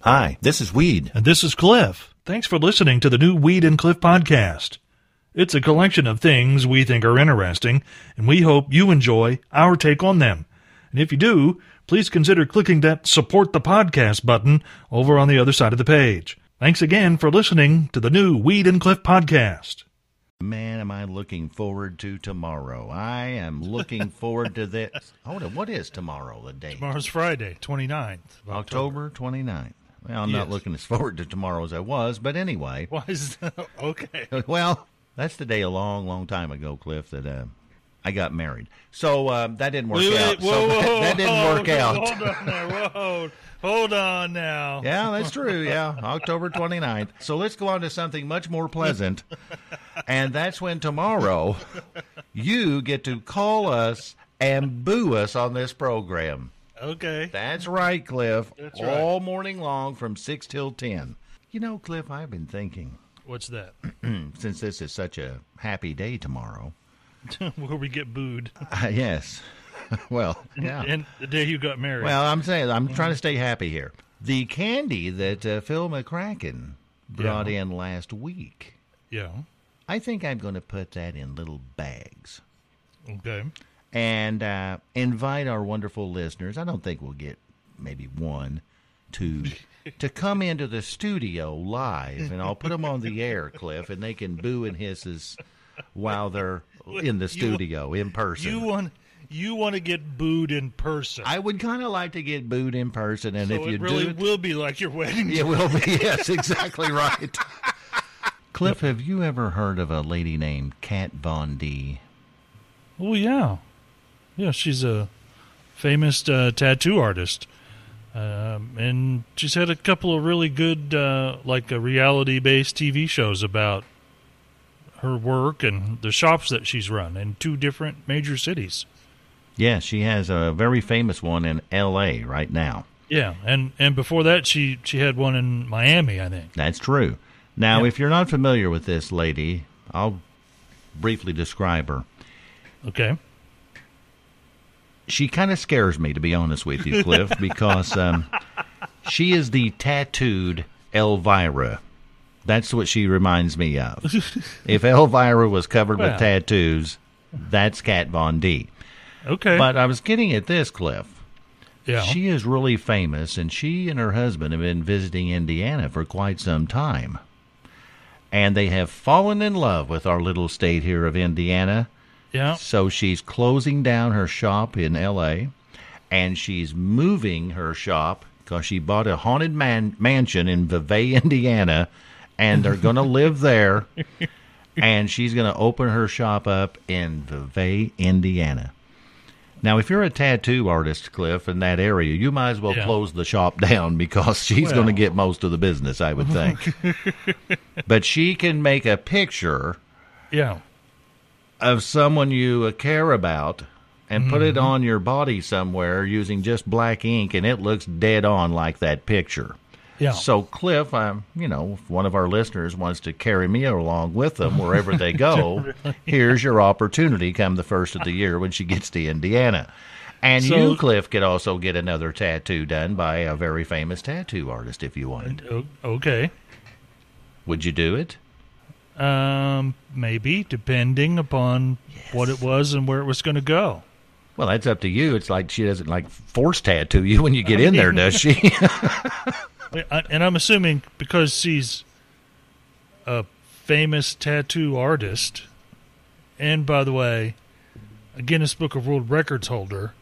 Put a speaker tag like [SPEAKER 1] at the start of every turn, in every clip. [SPEAKER 1] Hi, this is Weed.
[SPEAKER 2] And this is Cliff. Thanks for listening to the new Weed and Cliff podcast. It's a collection of things we think are interesting, and we hope you enjoy our take on them. And if you do, please consider clicking that support the podcast button over on the other side of the page. Thanks again for listening to the new Weed and Cliff podcast.
[SPEAKER 1] Man, am I looking forward to tomorrow. I am looking forward to this. Hold on, what is tomorrow, the date?
[SPEAKER 2] Tomorrow's Friday, 29th of October.
[SPEAKER 1] October 29th. Well, I'm not
[SPEAKER 2] Yes.
[SPEAKER 1] looking as forward to tomorrow as I was, but anyway.
[SPEAKER 2] Why is that? Okay.
[SPEAKER 1] Well, that's the day a long, long time ago, Cliff, that uh, I got married. So uh, that didn't work
[SPEAKER 2] Wait, wait,
[SPEAKER 1] out. so that, that didn't work out.
[SPEAKER 2] whoa, Hold on now. Whoa, hold on now.
[SPEAKER 1] Yeah, that's true. Yeah, October 29th. So let's go on to something much more pleasant. And that's when tomorrow you get to call us and boo us on this program.
[SPEAKER 2] Okay.
[SPEAKER 1] That's right, Cliff.
[SPEAKER 2] That's right.
[SPEAKER 1] All morning long from 6 till 10. You know, Cliff, I've been thinking
[SPEAKER 2] What's that?
[SPEAKER 1] since this is such a happy day tomorrow.
[SPEAKER 2] Where we get booed.
[SPEAKER 1] Uh, yes. well, yeah.
[SPEAKER 2] And the day you got married.
[SPEAKER 1] Well, I'm saying I'm trying to stay happy here. The candy that uh, Phil McCracken brought in last week.
[SPEAKER 2] yeah.
[SPEAKER 1] I think I'm going to put that in little bags
[SPEAKER 2] Okay.
[SPEAKER 1] and uh, invite our wonderful listeners. I don't think we'll get maybe one, two, to come into the studio live, and I'll put them on the air, Cliff, and they can boo and hisses while they're in the studio in person.
[SPEAKER 2] You want you want to get booed in person.
[SPEAKER 1] I would kind of like to get booed in person, and
[SPEAKER 2] so
[SPEAKER 1] if you
[SPEAKER 2] it really
[SPEAKER 1] do, it-
[SPEAKER 2] will be like your wedding.
[SPEAKER 1] it will be yes, exactly right. Cliff, have you ever heard of a lady named Kat Von D?
[SPEAKER 2] Oh yeah, yeah. She's a famous uh, tattoo artist, um, and she's had a couple of really good, uh, like uh, reality-based TV shows about her work and the shops that she's run in two different major cities.
[SPEAKER 1] Yeah, she has a very famous one in L.A. right now.
[SPEAKER 2] Yeah, and and before that, she she had one in Miami, I think.
[SPEAKER 1] That's true. Now, if you're not familiar with this lady, I'll briefly describe her.
[SPEAKER 2] Okay,
[SPEAKER 1] She kind of scares me, to be honest with you, Cliff, because um, she is the tattooed Elvira. That's what she reminds me of. if Elvira was covered
[SPEAKER 2] Well.
[SPEAKER 1] with tattoos, that's Kat Von D.
[SPEAKER 2] okay,
[SPEAKER 1] But I was getting at this, Cliff.
[SPEAKER 2] yeah,
[SPEAKER 1] She is really famous, and she and her husband have been visiting Indiana for quite some time. And they have fallen in love with our little state here of Indiana.
[SPEAKER 2] yeah,
[SPEAKER 1] So she's closing down her shop in L.A. and she's moving her shop because she bought a haunted man- mansion in Vevey, Indiana, and they're going to live there. And she's going to open her shop up in Vevey, Indiana. Now, if you're a tattoo artist, Cliff, in that area, you might as well
[SPEAKER 2] Yeah.
[SPEAKER 1] close the shop down because she's going to
[SPEAKER 2] Well.
[SPEAKER 1] get most of the business, I would think. but she can make a picture
[SPEAKER 2] yeah.
[SPEAKER 1] of someone you uh, care about and put
[SPEAKER 2] Mm-hmm.
[SPEAKER 1] it on your body somewhere using just black ink and it looks dead on like that picture.
[SPEAKER 2] Yeah.
[SPEAKER 1] So Cliff, I'm, you know, if one of our listeners wants to carry me along with them wherever they go, here's your opportunity come the first of the year when she gets to Indiana. And
[SPEAKER 2] So-
[SPEAKER 1] you, Cliff, could also get another tattoo done by a very famous tattoo artist if you wanted.
[SPEAKER 2] O- okay.
[SPEAKER 1] Would you do it?
[SPEAKER 2] Um, maybe depending upon what it was and where it was going to go.
[SPEAKER 1] Well, that's up to you. It's like she doesn't like force tattoo you when you get in there, does she?
[SPEAKER 2] I- and I'm assuming because she's a famous tattoo artist, and by the way, a Guinness Book of World Records holder,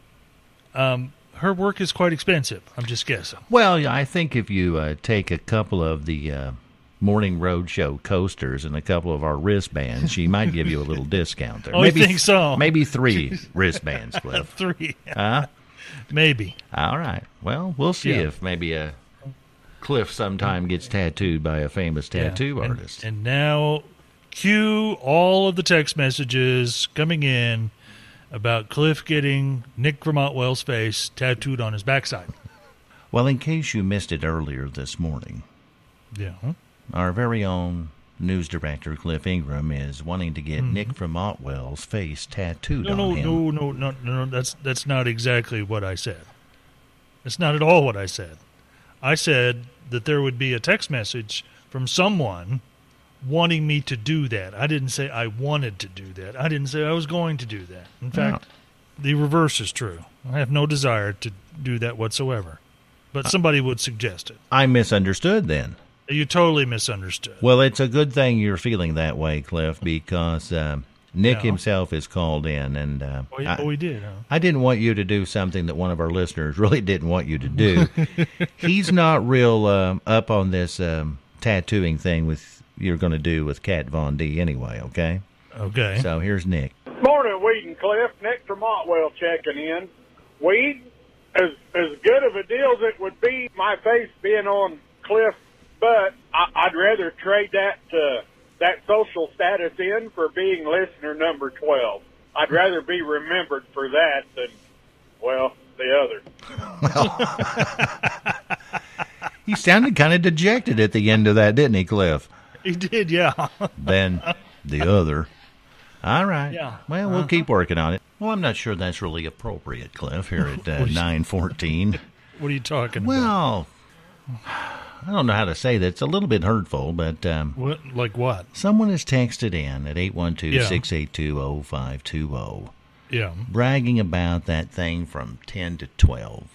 [SPEAKER 2] um, her work is quite expensive. I'm just guessing.
[SPEAKER 1] Well, yeah, I think if you uh, take a couple of the uh, morning roadshow coasters and a couple of our wristbands, she might give you a little discount there.
[SPEAKER 2] Oh, you think so?
[SPEAKER 1] Maybe three wristbands, Cliff.
[SPEAKER 2] Three,
[SPEAKER 1] Huh?
[SPEAKER 2] maybe.
[SPEAKER 1] All right. Well, we'll see
[SPEAKER 2] Yeah.
[SPEAKER 1] if maybe a Cliff sometime gets tattooed by a famous tattoo
[SPEAKER 2] Yeah. And-
[SPEAKER 1] artist.
[SPEAKER 2] And, now, cue all of the text messages coming in about Cliff getting Nick Vermont Wells' face tattooed on his backside.
[SPEAKER 1] well, in case you missed it earlier this morning,
[SPEAKER 2] Yeah.
[SPEAKER 1] our very own news director Cliff Ingram is wanting to get Nick from Otwell's face tattooed
[SPEAKER 2] Mm-hmm. No,
[SPEAKER 1] on
[SPEAKER 2] no,
[SPEAKER 1] him.
[SPEAKER 2] no, no, no, no, no. That's that's not exactly what I said. It's not at all what I said. I said that there would be a text message from someone wanting me to do that. I didn't say I wanted to do that. I didn't say I was going to do that. In fact, the reverse is true. I have no desire to do that whatsoever.
[SPEAKER 1] Uh,
[SPEAKER 2] But somebody would suggest it.
[SPEAKER 1] I misunderstood then.
[SPEAKER 2] You totally misunderstood.
[SPEAKER 1] Well, it's a good thing you're feeling that way, Cliff, because um Nick
[SPEAKER 2] No.
[SPEAKER 1] himself is called in, and uh,
[SPEAKER 2] Oh, yeah,
[SPEAKER 1] I,
[SPEAKER 2] oh, we did, huh?
[SPEAKER 1] I didn't want you to do something that one of our listeners really didn't want you to do. He's not real um, up on this um, tattooing thing with you're going to do with Kat Von D anyway. Okay,
[SPEAKER 2] Okay.
[SPEAKER 1] so here's Nick.
[SPEAKER 3] Morning, Weed and Cliff. Nick Tremontwell checking in. Weed, as as good of a deal as it would be, my face being on Cliff's butt, I, I'd rather trade that uh, that social status in for being listener number twelve. I'd rather be remembered for that than, well, the other.
[SPEAKER 1] He sounded kind of dejected at the end of that, didn't he, Cliff?
[SPEAKER 2] he did, yeah.
[SPEAKER 1] Then the other. All right.
[SPEAKER 2] Yeah. Uh-huh.
[SPEAKER 1] Well, we'll keep working on it. Well, I'm not sure that's really appropriate, Cliff. Here at uh, nine fourteen.
[SPEAKER 2] what are you talking about?
[SPEAKER 1] Well, I don't know how to say that. It's a little bit hurtful, but um,
[SPEAKER 2] What, like what?
[SPEAKER 1] someone has texted in at 812
[SPEAKER 2] Yeah.
[SPEAKER 1] 682 0520
[SPEAKER 2] Yeah.
[SPEAKER 1] oh, bragging about that thing from 10 to 12.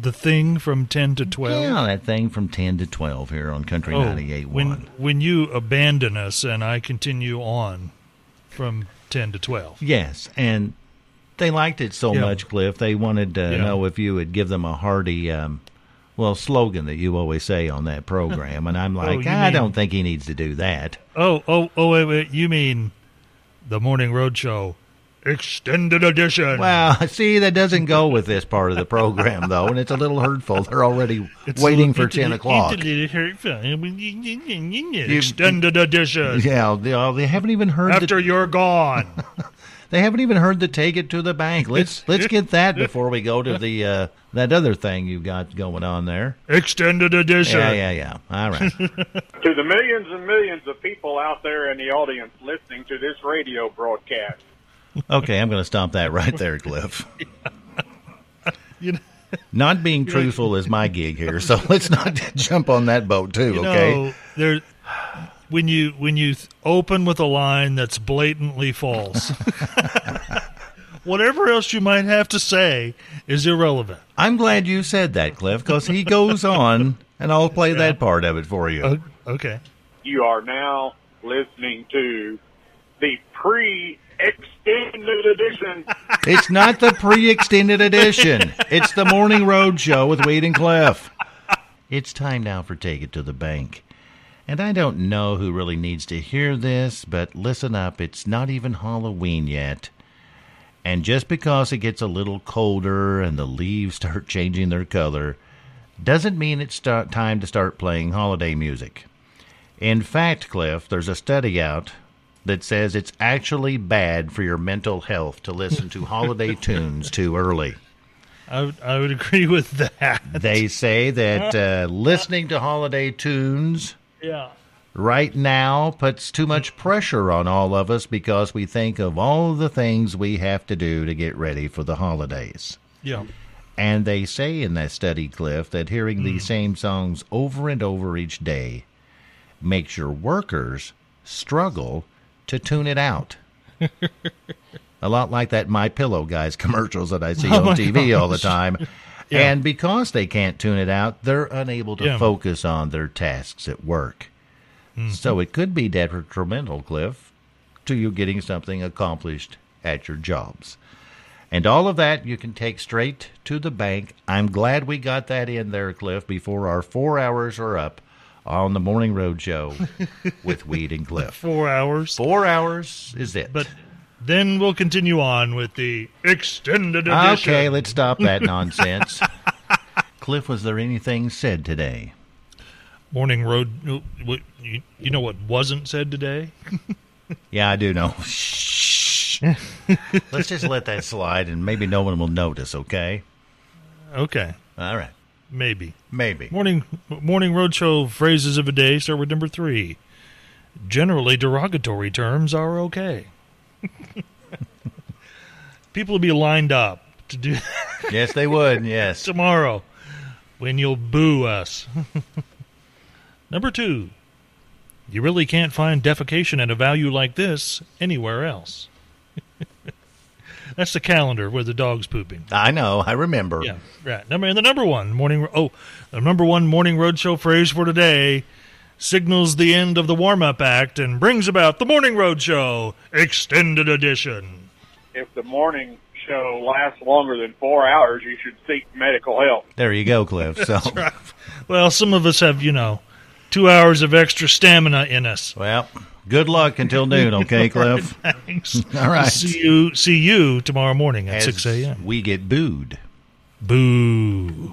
[SPEAKER 2] The thing from 10 to 12.
[SPEAKER 1] yeah, that thing from 10 to 12 here on Country
[SPEAKER 2] Oh,
[SPEAKER 1] ninety eight
[SPEAKER 2] when
[SPEAKER 1] one.
[SPEAKER 2] when you abandon us and I continue on from ten to twelve.
[SPEAKER 1] Yes, and they liked it so
[SPEAKER 2] Yeah.
[SPEAKER 1] much, Cliff. They wanted to
[SPEAKER 2] Yeah.
[SPEAKER 1] know if you would give them a hearty, um, well, slogan that you always say on that program. And I'm like,
[SPEAKER 2] Oh, you
[SPEAKER 1] I
[SPEAKER 2] mean-
[SPEAKER 1] don't think he needs to do that.
[SPEAKER 2] Oh oh oh wait wait you mean the morning road show extended edition?
[SPEAKER 1] Well, see, that doesn't go with this part of the program, though, and it's a little hurtful. They're already
[SPEAKER 2] It's
[SPEAKER 1] waiting for
[SPEAKER 2] a-
[SPEAKER 1] 10
[SPEAKER 2] it-
[SPEAKER 1] o'clock.
[SPEAKER 2] it- it- it- Extended edition.
[SPEAKER 1] Yeah, they, oh, they haven't even heard.
[SPEAKER 2] After
[SPEAKER 1] The,
[SPEAKER 2] you're gone,
[SPEAKER 1] they haven't even heard the take it to the bank. Let's let's get that before we go to the uh, that other thing you've got going on there.
[SPEAKER 2] extended edition.
[SPEAKER 1] Yeah, yeah, yeah. All right.
[SPEAKER 3] To the millions and millions of people out there in the audience listening to this radio broadcast.
[SPEAKER 1] Okay, I'm going to stop that right there, Cliff.
[SPEAKER 2] You know,
[SPEAKER 1] Not being truthful is my gig here, so let's not jump on that boat too.
[SPEAKER 2] you
[SPEAKER 1] okay.
[SPEAKER 2] know, there. When you when you th- open with a line that's blatantly false, whatever else you might have to say is irrelevant.
[SPEAKER 1] I'm glad you said that, Cliff, because he goes on, and I'll play that part of it for you.
[SPEAKER 2] O- okay.
[SPEAKER 3] You are now listening to the pre extended edition.
[SPEAKER 1] It's not the pre-extended edition. It's the Morning Road Show with Wade and Cliff. It's time now for Take It to the Bank. And I don't know who really needs to hear this, but listen up. It's not even Halloween yet. And just because it gets a little colder and the leaves start changing their color doesn't mean it's start, time to start playing holiday music. In fact, Cliff, there's a study out that says it's actually bad for your mental health to listen to holiday tunes too early.
[SPEAKER 2] I would, I would agree with that.
[SPEAKER 1] They say that uh, listening to holiday tunes
[SPEAKER 2] Yeah.
[SPEAKER 1] right now puts too much pressure on all of us because we think of all the things we have to do to get ready for the holidays.
[SPEAKER 2] Yeah.
[SPEAKER 1] And they say in that study, Cliff, that hearing these same songs over and over each day makes your workers struggle to tune it out. A lot like that My Pillow guys commercials that I see on TV all the time. And because they can't tune it out, they're unable to
[SPEAKER 2] Yeah.
[SPEAKER 1] focus on their tasks at work. So it could be detrimental, Cliff, to you getting something accomplished at your jobs. And all of that you can take straight to the bank. I'm glad we got that in there, Cliff, before our four hours are up on the Morning Road Show with Weed and Cliff.
[SPEAKER 2] Four hours.
[SPEAKER 1] Four hours is it.
[SPEAKER 2] But then we'll continue on with the extended edition.
[SPEAKER 1] Ah, okay, let's stop that nonsense. Cliff, was there anything said today?
[SPEAKER 2] Morning road. You, you know what wasn't said today?
[SPEAKER 1] Yeah, I do know. Shh. let's just let that slide and maybe no one will notice, okay?
[SPEAKER 2] Okay.
[SPEAKER 1] All right.
[SPEAKER 2] Maybe.
[SPEAKER 1] Maybe.
[SPEAKER 2] Morning morning roadshow phrases of a day start with number three. Generally derogatory terms are okay. People will be lined up to do
[SPEAKER 1] Yes, they would. Yes.
[SPEAKER 2] tomorrow when you'll boo us. Number two, you really can't find defecation at a value like this anywhere else. That's the calendar where the dog's pooping.
[SPEAKER 1] I know. I remember.
[SPEAKER 2] Yeah, right. Number and the number one morning. Oh, the number one morning roadshow phrase for today signals the end of the warm-up act and brings about the morning roadshow extended edition.
[SPEAKER 3] If the morning show lasts longer than four hours, you should seek medical help.
[SPEAKER 1] There you go, Cliff. So,
[SPEAKER 2] Well, some of us have, you know, two hours of extra stamina in us.
[SPEAKER 1] well, good luck until noon, okay, Cliff?
[SPEAKER 2] Thanks.
[SPEAKER 1] All right.
[SPEAKER 2] See you. See you tomorrow morning at
[SPEAKER 1] As
[SPEAKER 2] six a.m.
[SPEAKER 1] We get booed.
[SPEAKER 2] Boo.